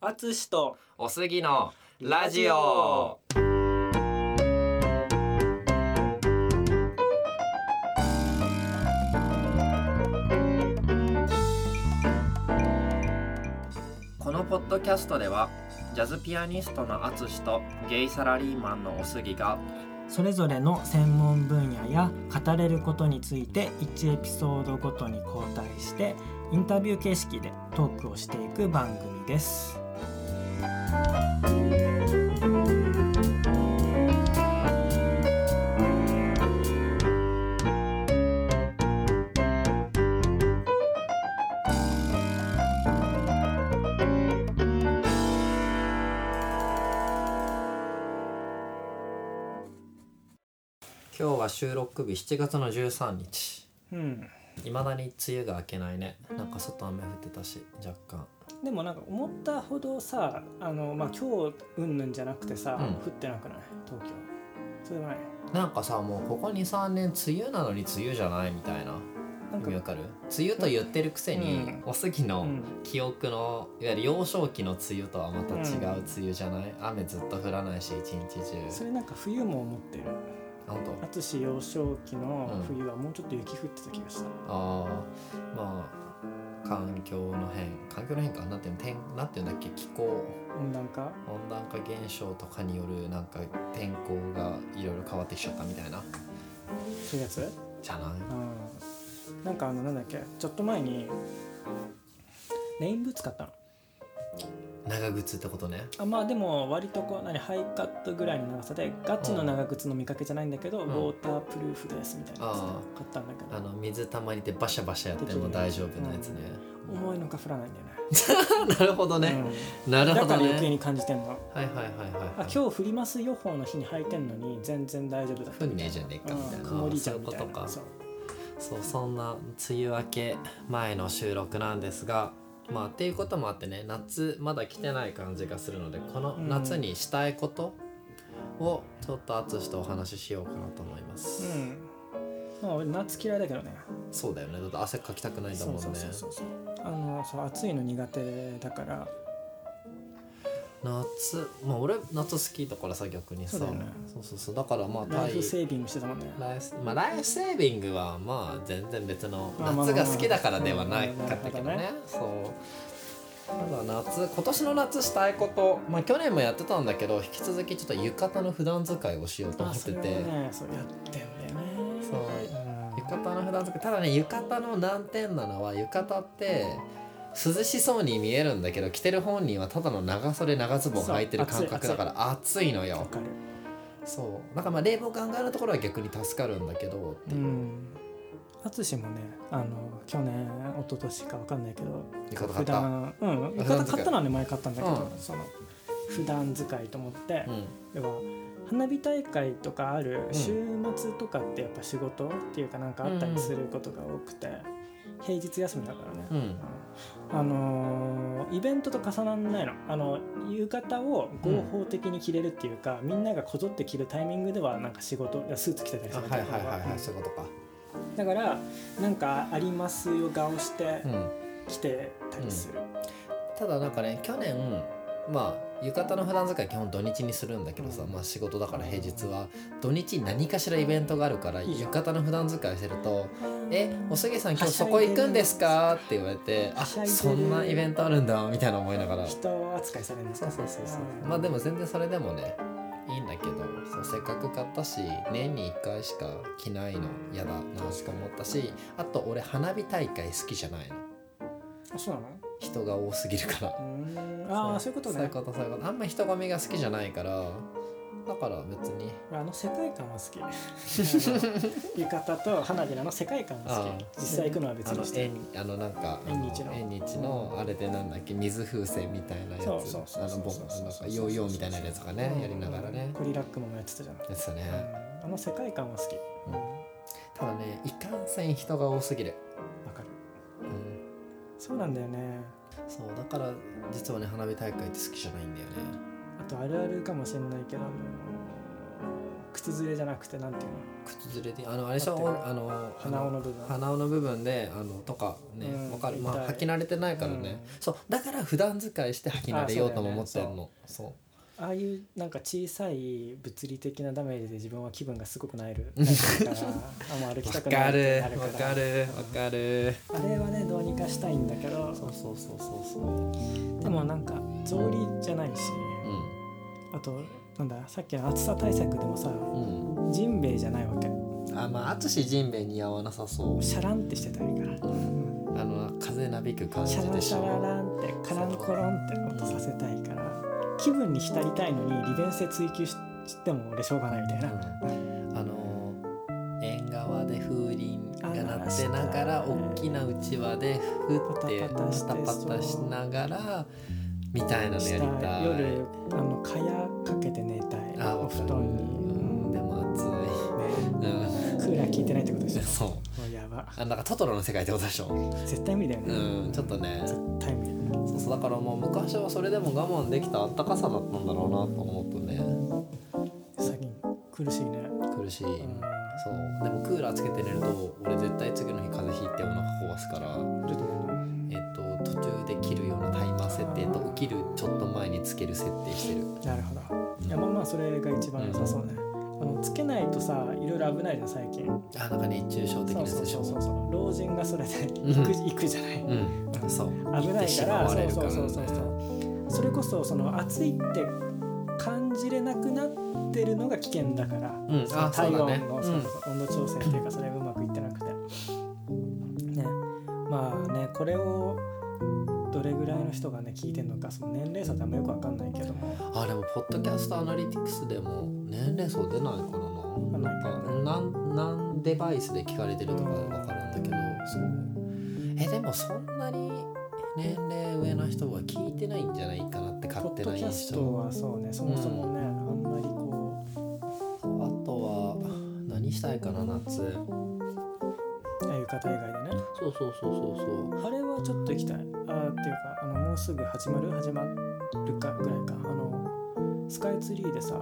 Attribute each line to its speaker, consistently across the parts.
Speaker 1: あつしと
Speaker 2: おすぎのラジオこのポッドキャストではジャズピアニストのあつしとゲイサラリーマンのおすぎが
Speaker 1: それぞれの専門分野や語れることについて1エピソードごとに交代してインタビュー形式でトークをしていく番組です
Speaker 2: 今日は収録日7月の13日
Speaker 1: うん
Speaker 2: いまだに梅雨が明けないねなんか外雨降ってたし若干
Speaker 1: でもなんか思ったほどさあのまあ今日うんぬんじゃなくてさ、
Speaker 2: うん
Speaker 1: 降ってなくない東京それはない
Speaker 2: なんかさもうここ23年梅雨なのに梅雨じゃないみたいな
Speaker 1: なん
Speaker 2: 意味わ
Speaker 1: か
Speaker 2: かる梅雨と言ってるくせに、
Speaker 1: うん
Speaker 2: おすぎ
Speaker 1: う
Speaker 2: の
Speaker 1: ん
Speaker 2: 記憶のいわゆる幼少期の梅雨とはまた違う梅雨じゃない、雨ずっと降らないし一日
Speaker 1: そ
Speaker 2: 中
Speaker 1: れなんか冬も思ってる
Speaker 2: あ本当
Speaker 1: 淳幼少期の
Speaker 2: うん
Speaker 1: 冬はもうちょっと雪降ってた気がした、
Speaker 2: あーまあ環境の変環境の変化なんていうの天なんていうんだっけ気候
Speaker 1: 温暖化
Speaker 2: 温暖化現象とかによるなんか天候がいろいろ変わってきちゃったみたいな
Speaker 1: そういうやつ
Speaker 2: じゃない
Speaker 1: うんなんかあのなんだっけちょっと前にレインブーツ買ったの
Speaker 2: 長靴ってことね
Speaker 1: あまあでも割とこう何ハイカットぐらいの長さでガチの長靴の見かけじゃないんだけど、
Speaker 2: うん
Speaker 1: ウォータープルーフですみたいなやつ
Speaker 2: あ
Speaker 1: 買ったんだけ
Speaker 2: あ
Speaker 1: ど
Speaker 2: の水たまりでバシャバシャやっても大丈夫なやつね、
Speaker 1: 重いのか降らないんだよね
Speaker 2: なるほどね、な
Speaker 1: うん
Speaker 2: る
Speaker 1: だ
Speaker 2: ほ
Speaker 1: から
Speaker 2: ど
Speaker 1: 余計
Speaker 2: ね
Speaker 1: に感じてんの、
Speaker 2: はいはいはいはい
Speaker 1: あ今日降ります予報の日に履いてんのに全然大丈夫だった
Speaker 2: ふんねえじゃねえかみた
Speaker 1: う
Speaker 2: い
Speaker 1: ん
Speaker 2: な、
Speaker 1: 曇りじ
Speaker 2: そ
Speaker 1: ゃ
Speaker 2: うんいう
Speaker 1: み
Speaker 2: こ
Speaker 1: たい
Speaker 2: と
Speaker 1: な
Speaker 2: か
Speaker 1: そう
Speaker 2: そうそんな梅雨明け前の収録なんですがまあっていうこともあってね夏まだ来てない感じがするのでこの
Speaker 1: うん
Speaker 2: 夏にしたいことをちょっと淳とお話ししようかなと思います、
Speaker 1: うんまあ俺夏嫌いだけどね
Speaker 2: そうだよねだって汗かきたくないんだもんね
Speaker 1: そうそうそうそうあのそう暑いの苦手だから
Speaker 2: 夏まあ俺夏好きだからさ逆にさ
Speaker 1: そうだよね
Speaker 2: そうそうそうだからまあ
Speaker 1: ライフ
Speaker 2: 対
Speaker 1: セービングしてたもんね
Speaker 2: ライフまあ、ライフセービングはまあ全然別の
Speaker 1: まあまあまあ
Speaker 2: 夏が好きだからではない
Speaker 1: うん
Speaker 2: かったけど
Speaker 1: なる
Speaker 2: ねそうただ夏今年の夏したいこと、まあ、去年もやってたんだけど引き続きちょっと浴衣の普段使いをしようと思
Speaker 1: あ
Speaker 2: っ
Speaker 1: そ
Speaker 2: て
Speaker 1: れは
Speaker 2: て、
Speaker 1: ねそうやってんだよね
Speaker 2: そう
Speaker 1: うん
Speaker 2: 浴衣の普段使いただね浴衣の難点なのは浴衣って涼しそうに見えるんだけど着てる本人はただの長袖長ズボン履いてる
Speaker 1: そう暑
Speaker 2: 感
Speaker 1: い
Speaker 2: 覚だから暑いの
Speaker 1: わ
Speaker 2: よ
Speaker 1: かる
Speaker 2: そうなんかまあ冷房ガンガンのところは逆に助かるんだけどって
Speaker 1: う
Speaker 2: いうん
Speaker 1: 淳もねあの去年一昨年かわかんないけど
Speaker 2: 浴衣買
Speaker 1: 普
Speaker 2: った、うん
Speaker 1: 段うん浴
Speaker 2: 普段使
Speaker 1: 衣
Speaker 2: い
Speaker 1: 買ったのはね前買ったんだけど、
Speaker 2: う
Speaker 1: その普段使いと思って、要は花火大会とかある
Speaker 2: ん
Speaker 1: 週末とかってやっぱ仕事っていうかなんかあったりすることが多くて、平日休みだからね、
Speaker 2: うん
Speaker 1: あのーイベントと重なんないのあの浴衣を合法的に着れるっていうか、みんながこぞって着るタイミングではなんか仕事スーツ着てたり
Speaker 2: あ
Speaker 1: する
Speaker 2: はいはいはいはい
Speaker 1: うん
Speaker 2: そういうことか
Speaker 1: だからなんかありますよ顔して
Speaker 2: うん
Speaker 1: 着てたりする、
Speaker 2: ただなんかね去年まあ浴衣の普段使い基本土日にするんだけどさ、
Speaker 1: うん
Speaker 2: まあ、仕事だから平日は土日何かしらイベントがあるから
Speaker 1: いいじゃん
Speaker 2: 浴衣の普段使いしてると「えおすぎさん今
Speaker 1: は
Speaker 2: 日
Speaker 1: しゃ
Speaker 2: そ
Speaker 1: いでる
Speaker 2: こ行くんですか?」って言われて「あ
Speaker 1: はしゃいでる
Speaker 2: そんなイベントあるんだ」みたいな思いながらそう
Speaker 1: 人扱いされるんです
Speaker 2: そ
Speaker 1: か
Speaker 2: うそうそう
Speaker 1: うん
Speaker 2: まあでも全然それでもねいいんだけどそうせっかく買ったし年に1回しか着ないの嫌だなしか思ったしあと俺花火大会好きじゃないの
Speaker 1: あそうなの
Speaker 2: 人が多すぎるから
Speaker 1: うーんああそういうこと
Speaker 2: そうい
Speaker 1: ね
Speaker 2: うことそういうことあんま人混みが好きじゃないからだから別に
Speaker 1: あの世界観は好き あの浴衣と花火のあの世界観は好
Speaker 2: あ
Speaker 1: き実際行くのは別
Speaker 2: あの
Speaker 1: にして
Speaker 2: 縁あのなんかあ
Speaker 1: 縁日の
Speaker 2: 縁日のあれでなんだっけ水風船みたいなやつ
Speaker 1: そうそうそう
Speaker 2: あのボンなんかヨーヨーみたいなやつとかねやりながらね
Speaker 1: コリラックもやってたじゃん、
Speaker 2: ですね
Speaker 1: あの世界観は好き
Speaker 2: うん
Speaker 1: わ、
Speaker 2: ただねいかんせん人が多すぎる、
Speaker 1: かる
Speaker 2: うん、
Speaker 1: そうなんだよね
Speaker 2: そうだから実はね花火大会って好きじゃないんだよね
Speaker 1: あとあるあるかもしれないけどあの靴ずれじゃなくてなんていうの
Speaker 2: 靴ずれであのあれでしょ
Speaker 1: 合って
Speaker 2: あの
Speaker 1: 鼻緒の部分
Speaker 2: 鼻緒の部分であのとかね、
Speaker 1: うん
Speaker 2: わかるま
Speaker 1: 痛い
Speaker 2: あ履き慣れてないからね、
Speaker 1: うん
Speaker 2: そうだから普段使いして履き慣れようとも思ってるのそう,、
Speaker 1: ああいうなんか小さい物理的なダメージで自分は気分がすごくなえ るタイプだからあもう歩きたく
Speaker 2: わ
Speaker 1: な
Speaker 2: か
Speaker 1: いって
Speaker 2: る
Speaker 1: なる
Speaker 2: わ
Speaker 1: から
Speaker 2: かるわかる
Speaker 1: あれはねどうにかしたいんだけど
Speaker 2: そうそうそうそうそう
Speaker 1: でもなんか草履じゃないし
Speaker 2: う
Speaker 1: あとなんださっきの暑さ対策でもさ
Speaker 2: ん
Speaker 1: ジンベエじゃないわけ
Speaker 2: うんあまあ淳ジンベエ似合わなさそう
Speaker 1: シャランってしてたらいいから
Speaker 2: うんあの風なびく感
Speaker 1: シ
Speaker 2: じ
Speaker 1: ャラ
Speaker 2: で
Speaker 1: ン
Speaker 2: し
Speaker 1: シャラ
Speaker 2: ょ
Speaker 1: ランってカランコロンって音させたいから気分に浸りたいのに利便性追求ししても俺しょうがないみたいな、
Speaker 2: うんあの縁側で風鈴
Speaker 1: あ
Speaker 2: が鳴ってなが
Speaker 1: 鳴
Speaker 2: ら
Speaker 1: らしたね
Speaker 2: 大きなうちわでふって
Speaker 1: パタ
Speaker 2: パ
Speaker 1: パタして
Speaker 2: タパタしながらみたいなの
Speaker 1: し
Speaker 2: やり
Speaker 1: たい
Speaker 2: たい。
Speaker 1: 夜あの蚊帳かけて寝たい
Speaker 2: あ
Speaker 1: お
Speaker 2: わか
Speaker 1: 布
Speaker 2: る。
Speaker 1: 団に、
Speaker 2: うんでも暑
Speaker 1: ね
Speaker 2: い。
Speaker 1: クーラー効いてないってことでし
Speaker 2: う
Speaker 1: ょ
Speaker 2: ん。そう。
Speaker 1: もうやば
Speaker 2: あなんかトトロの世界ってことでしょ。
Speaker 1: 絶対無理だよね、
Speaker 2: うんちょっとね。
Speaker 1: 絶対無理だね
Speaker 2: そうそうだからもう昔はそれでも我慢できたあったかさだったんだろうなと思うとね
Speaker 1: 最近苦しいね、
Speaker 2: 苦しい。
Speaker 1: うん
Speaker 2: そうでもクーラーつけて寝ると俺絶対次の日風邪ひいてお腹壊すから。
Speaker 1: ちょっとね
Speaker 2: えっと、途中で切るようなタイマー設定と起きるちょっと前につける設定してる、
Speaker 1: なるほどいやまあまあそれが一番良さそうね、あのつけないとさいろいろ危ないじゃん最近
Speaker 2: あなんか熱中症的な
Speaker 1: そ
Speaker 2: や
Speaker 1: う
Speaker 2: つ
Speaker 1: そう
Speaker 2: でし
Speaker 1: そ
Speaker 2: ょ
Speaker 1: うそうそう老人がそれで
Speaker 2: ん
Speaker 1: 行く,、行くじゃない、
Speaker 2: うんそう
Speaker 1: 危ないから
Speaker 2: 行ってしまわれるからね
Speaker 1: そうそうそうそうそれこそその暑いって感じれなくなってるのが危険だから、
Speaker 2: ん
Speaker 1: その
Speaker 2: あ
Speaker 1: 体温
Speaker 2: そ
Speaker 1: の
Speaker 2: うだねうん
Speaker 1: そうそう温度調整っていうかそれがうまくいってなくてねまあねこれをどれぐらいの人がね聞いてるのかその年齢差ってあんまよくわかんないけども
Speaker 2: あでもポッドキャストアナリティクスでも年齢層出ないからな
Speaker 1: わかんない
Speaker 2: なんか何何デバイスで聞かれてるとかわかるんだけどそうえでもそんなに年齢上の人は聞いてないんじゃないかなって勝
Speaker 1: ポッ
Speaker 2: 手
Speaker 1: ド
Speaker 2: な
Speaker 1: キャス
Speaker 2: 印
Speaker 1: ト
Speaker 2: 象
Speaker 1: はそうねそもそもね、あんまりこ
Speaker 2: あとは何したいかな夏
Speaker 1: う浴衣以外でね
Speaker 2: そうそうそうそうそう
Speaker 1: あれはちょっと行きたいあーっていうかあのもうすぐ始まる始まるかぐらいかあのスカイツリーでさ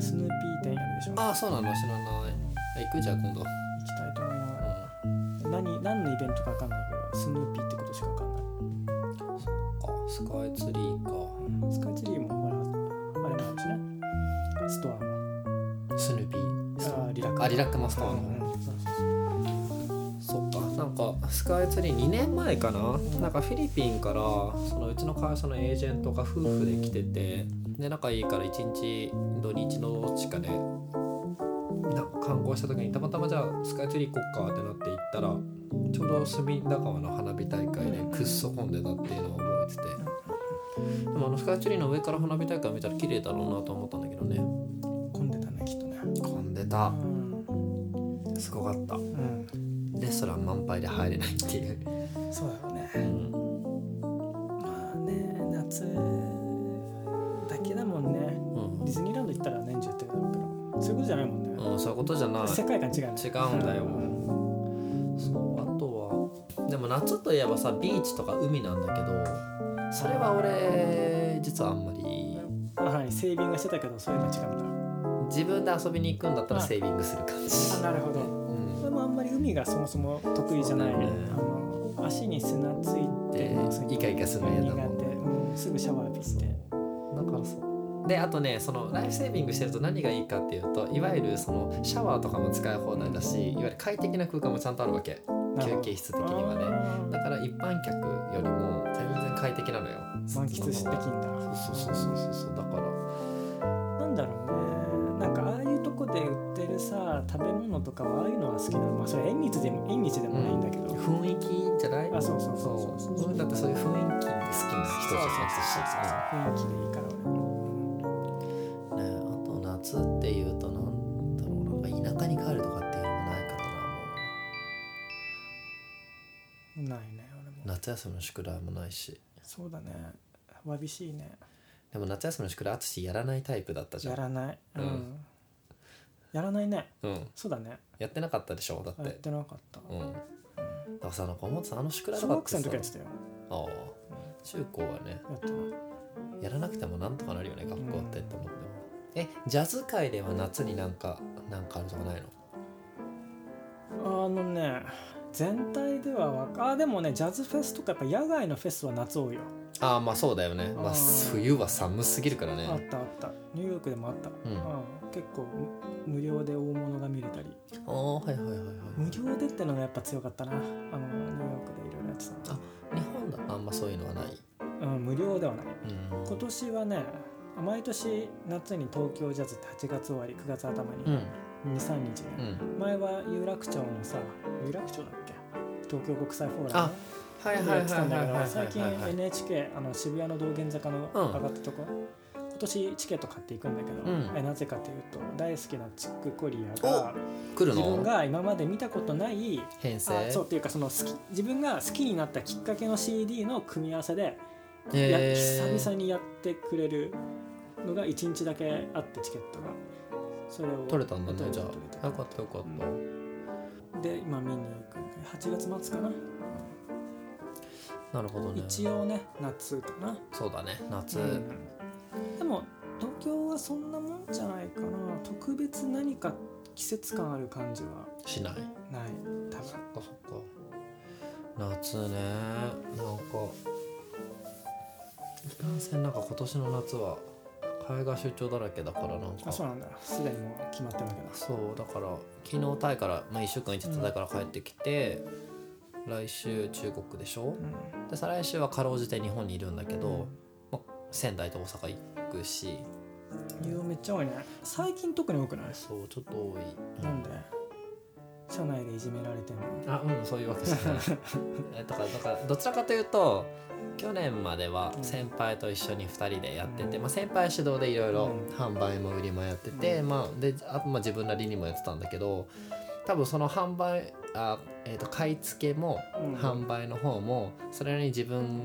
Speaker 1: スヌーピー店やるでしょ行
Speaker 2: ああそうなの知らない行くじゃあ今度、
Speaker 1: きたいと思いながら何何のイベントか分かんないけどスヌーピーってことしか分かんない
Speaker 2: あスカイツリーか
Speaker 1: スカイツリーもほらあれもあるしねストアも
Speaker 2: スヌーピース
Speaker 1: あーリラック
Speaker 2: あリラックマス
Speaker 1: ス
Speaker 2: ター
Speaker 1: う
Speaker 2: の、
Speaker 1: んうんそうそうそう
Speaker 2: そっかなんかスカイツリー2年前かななんかフィリピンからそのうちの会社のエージェントが夫婦で来ててで仲いいから1日土日のどっちかでなんか観光した時にたまたまじゃあスカイツリー行こっかってなって行ったらちょうど隅田川の花火大会でくっそ混んでたっていうのを覚えててでもあのスカイツリーの上から花火大会見たら綺麗だろうなと思ったんだけどね
Speaker 1: 混んでたねきっとね
Speaker 2: 混んでた
Speaker 1: うん
Speaker 2: すごかった
Speaker 1: うん
Speaker 2: レストラン満杯で入れないっていう、
Speaker 1: そうだろうねまあね夏だけだもんね
Speaker 2: うん
Speaker 1: ディズニーランド行ったら年中やってるだろうからそういうことじゃないもんね、
Speaker 2: うん、そういうことじゃない。そ
Speaker 1: 世界観違うね
Speaker 2: 違うんだよう、あとは。でも夏といえばさ、ビーチとか海なんだけど、それは俺、実はあんまり。
Speaker 1: まあ、セービングしてたけどそういうのは違うん
Speaker 2: 自分で遊びに行くんだったらセービングする感じ。
Speaker 1: だあなるほど
Speaker 2: うん
Speaker 1: でもあんまり海がそもそも得意じゃない、
Speaker 2: そうだよね
Speaker 1: あの足に砂ついて
Speaker 2: で
Speaker 1: るのつい、て
Speaker 2: イカイカするの嫌だ
Speaker 1: 苦
Speaker 2: もん
Speaker 1: 手、。うん、すぐシャワー浴びして
Speaker 2: だからそう。で、あとね、そのライフセービングしてると何がいいかっていうと、いわゆるそのシャワーとかも使い放題だし、いわゆる快適な空間もちゃんとあるわけ。
Speaker 1: なるほ
Speaker 2: 休
Speaker 1: ど
Speaker 2: 憩室的にはね。
Speaker 1: あ
Speaker 2: だから一般客よりも全然快適なのよ。
Speaker 1: ー満喫してきんだ
Speaker 2: そうそうそうそうそうだから
Speaker 1: なんだろうねなんかああいうとこで売ってるさ食べ物とかはああいうのは好きなのまあそれ縁日でも縁日でもないんだけど、
Speaker 2: 雰囲気じゃない
Speaker 1: あそうそうそう
Speaker 2: そ
Speaker 1: そう
Speaker 2: う
Speaker 1: そう
Speaker 2: そうだってそういう雰囲気好きな人じゃな
Speaker 1: 雰囲気でいいから俺
Speaker 2: くてねあと夏っていうとなんだろうなんか田舎に帰るとかっていうのもないからなも
Speaker 1: ないね
Speaker 2: う
Speaker 1: 俺も
Speaker 2: 夏休みの宿題もないし
Speaker 1: そうだねわびしいね
Speaker 2: でも夏休みの宿題淳やらないタイプだったじゃ
Speaker 1: や
Speaker 2: ん
Speaker 1: らないうん、
Speaker 2: うん
Speaker 1: やらないね
Speaker 2: うん
Speaker 1: そうだね
Speaker 2: やってなかったでしょだっ
Speaker 1: やっててなかった、
Speaker 2: うんだからさなんか思ってたあの宿題
Speaker 1: 小学
Speaker 2: とかって
Speaker 1: 生
Speaker 2: さ
Speaker 1: の時やってたよ
Speaker 2: ああ中高はね
Speaker 1: やってない
Speaker 2: やらなくてもなんとかなるよね学校ってって思ってもえジャズ界では夏になんかなんかあるとかないの
Speaker 1: あのね全体ではわかあでもねジャズフェスとかやっぱ野外のフェスは夏多いよ、
Speaker 2: ああまあそうだよね、ま
Speaker 1: あ
Speaker 2: あ、
Speaker 1: ー
Speaker 2: 冬は寒すぎるから
Speaker 1: あっ
Speaker 2: ね
Speaker 1: たあったニューヨークでもあった、
Speaker 2: うんあ
Speaker 1: うん結構無無料で大物が見れたり
Speaker 2: あはいはいはいはい
Speaker 1: 無料でってのがやっぱ強かったなあのニューヨークでいろいろやって
Speaker 2: 日本だとあんまそういうのはない
Speaker 1: たの、うん、無料ではない
Speaker 2: うん
Speaker 1: 今年はね毎年夏に東京ジャズって8月終わり9月頭に
Speaker 2: うん
Speaker 1: 23日ね、
Speaker 2: うん
Speaker 1: 前は有楽町のさ有楽町だっけ東京国際フォーラム
Speaker 2: あはいはいはい
Speaker 1: やってたんだ
Speaker 2: は
Speaker 1: け
Speaker 2: い
Speaker 1: ど
Speaker 2: はい
Speaker 1: 最近
Speaker 2: はい
Speaker 1: NHK あの渋谷の道玄坂の
Speaker 2: うん
Speaker 1: 上がったとこ、今年チケット買っていくんだけど、
Speaker 2: うん
Speaker 1: えなぜかというと大好きなチック・コリアが
Speaker 2: 来る
Speaker 1: 自分
Speaker 2: の
Speaker 1: が今まで見たことない
Speaker 2: 編成
Speaker 1: あそうっていうかその好き自分が好きになったきっかけの CD の組み合わせでや
Speaker 2: へー
Speaker 1: 久々にやってくれるのが1日だけあってチケットがそれを
Speaker 2: 取れたんだ
Speaker 1: 取
Speaker 2: ね
Speaker 1: れ
Speaker 2: じゃ
Speaker 1: 取れ
Speaker 2: あよかったよかった、
Speaker 1: で今見に行くんで8月末かな、
Speaker 2: なるほどね
Speaker 1: 一応ね夏かな、
Speaker 2: そうだね夏、
Speaker 1: うんでも東京はそんなもんじゃないかな特別何か季節感ある感じは
Speaker 2: しない
Speaker 1: ない多
Speaker 2: そっ
Speaker 1: 分
Speaker 2: かそっか夏ねなんかいかんせんなんか今年の夏は海外出張だらけだからなんか
Speaker 1: あそうなんだすでにもう決まってるわけだ
Speaker 2: そうだから昨日タイから、まあ、1週間行ってたタイから帰ってきて、来週中国でしょで再来週はかろうじて日本にいるんだけど、まあ、仙台と大阪行くし
Speaker 1: うん、理由めっちゃ多いね最近特に多くない
Speaker 2: そうちょっと多い
Speaker 1: なんで社内でいじめられてんの
Speaker 2: あうんそういうわけじゃない えだからだからどちらかというと去年までは
Speaker 1: うん
Speaker 2: 先輩と一緒に2人でやってて、
Speaker 1: うん
Speaker 2: まあ、先輩主導でいろいろ
Speaker 1: うん
Speaker 2: 販売も売りもやってて、
Speaker 1: うん
Speaker 2: まあ、であとまあ自分なりにもやってたんだけど多分その販売あ、えー、と買い付けも
Speaker 1: うん
Speaker 2: 販売の方もそれなりに自分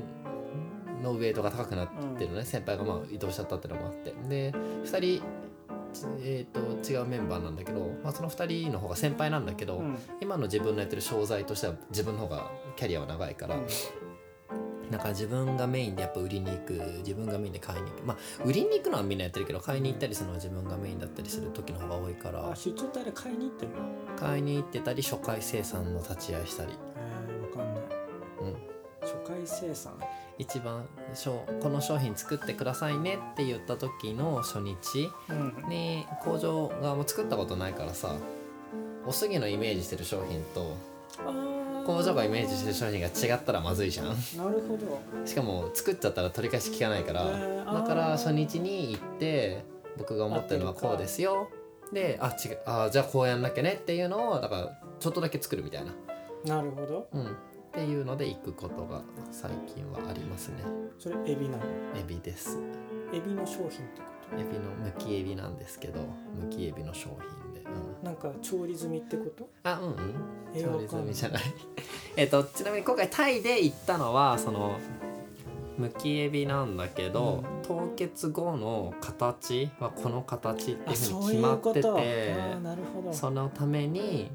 Speaker 2: のウェイトが高くなってるのね、先輩がまあ移動しちゃったってのもあってで2人、えー、と違うメンバーなんだけど、まあ、その2人の方が先輩なんだけど、
Speaker 1: うん
Speaker 2: 今の自分のやってる商材としては自分の方がキャリアは長いから、なんか自分がメインでやっぱ売りに行く自分がメインで買いに行くまあ売りに行くのはみんなやってるけど買いに行ったりするのは自分がメインだったりする時の方が多いか
Speaker 1: あ
Speaker 2: ら
Speaker 1: 出張隊で買いに行ってんの
Speaker 2: 買いに行ってたり初回生産の立ち会いしたり、
Speaker 1: えー、わかんない
Speaker 2: うん、
Speaker 1: 初回生産
Speaker 2: 一番しょこの商品作ってくださいねって言った時の初日
Speaker 1: うん
Speaker 2: に工場側も作ったことないからさおすぎのイメージしてる商品と
Speaker 1: あ
Speaker 2: 工場がイメージしてる商品が違ったらまずいじゃん。
Speaker 1: ーなるほど
Speaker 2: しかも作っちゃったら取り返し聞かないから、
Speaker 1: えーあー
Speaker 2: だから初日に行って僕が思ってるのはこうですよであ違うあーじゃあこうやんなきゃねっていうのをだからちょっとだけ作るみたいな、
Speaker 1: なるほど
Speaker 2: うん、っていうので行くことが最近はありますね
Speaker 1: それエビなの
Speaker 2: エビです
Speaker 1: エビの商品ってこと
Speaker 2: エビのむきエビなんですけどむきエビの商品で、うん、
Speaker 1: なんか調理済みってこと
Speaker 2: あうんうん
Speaker 1: え
Speaker 2: 調
Speaker 1: わ
Speaker 2: 理
Speaker 1: か
Speaker 2: 済
Speaker 1: んな
Speaker 2: み
Speaker 1: い
Speaker 2: じゃないえっとちなみに今回タイで行ったのはそのむきエビなんだけど、凍結後の形はこの形ってい
Speaker 1: あ
Speaker 2: うふうに
Speaker 1: そう
Speaker 2: 決
Speaker 1: い
Speaker 2: ま
Speaker 1: う
Speaker 2: って
Speaker 1: ことあ
Speaker 2: て
Speaker 1: ーなるほど
Speaker 2: そのために、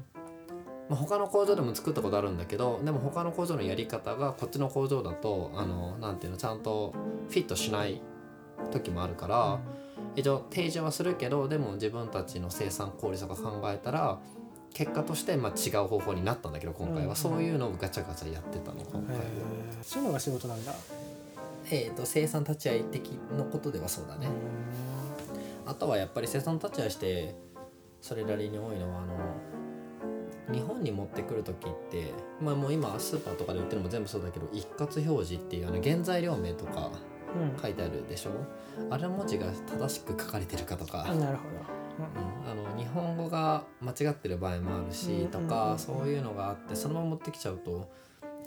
Speaker 2: まあ、他の工場でも作ったことあるんだけどでも他の工場のやり方がこっちの工場だとあのなんていうのちゃんとフィットしない時もあるから。一応提示はするけどでも自分たちの生産効率とか考えたら結果としてまあ違う方法になったんだけど今回
Speaker 1: うん
Speaker 2: はそういうのをガチャガチャやってたの今
Speaker 1: うんへ
Speaker 2: 回
Speaker 1: ー
Speaker 2: は、
Speaker 1: そういうのが仕事なんだ
Speaker 2: えー、と生産立ち会い的のことではそうだねあとはやっぱり生産立ち会いしてそれなりに多いのはあの日本に持ってくる時って、まあ、もう今スーパーとかで売ってるのも全部そうだけど一括表示っていうあの原材料名とか
Speaker 1: うん
Speaker 2: 書いてあるでしょあれ文字が正しく書かれてるかとか
Speaker 1: あなるほど
Speaker 2: あの日本語が間違ってる場合もある
Speaker 1: うんうん
Speaker 2: し
Speaker 1: うん
Speaker 2: とかそういうのがあってそのまま持ってきちゃうと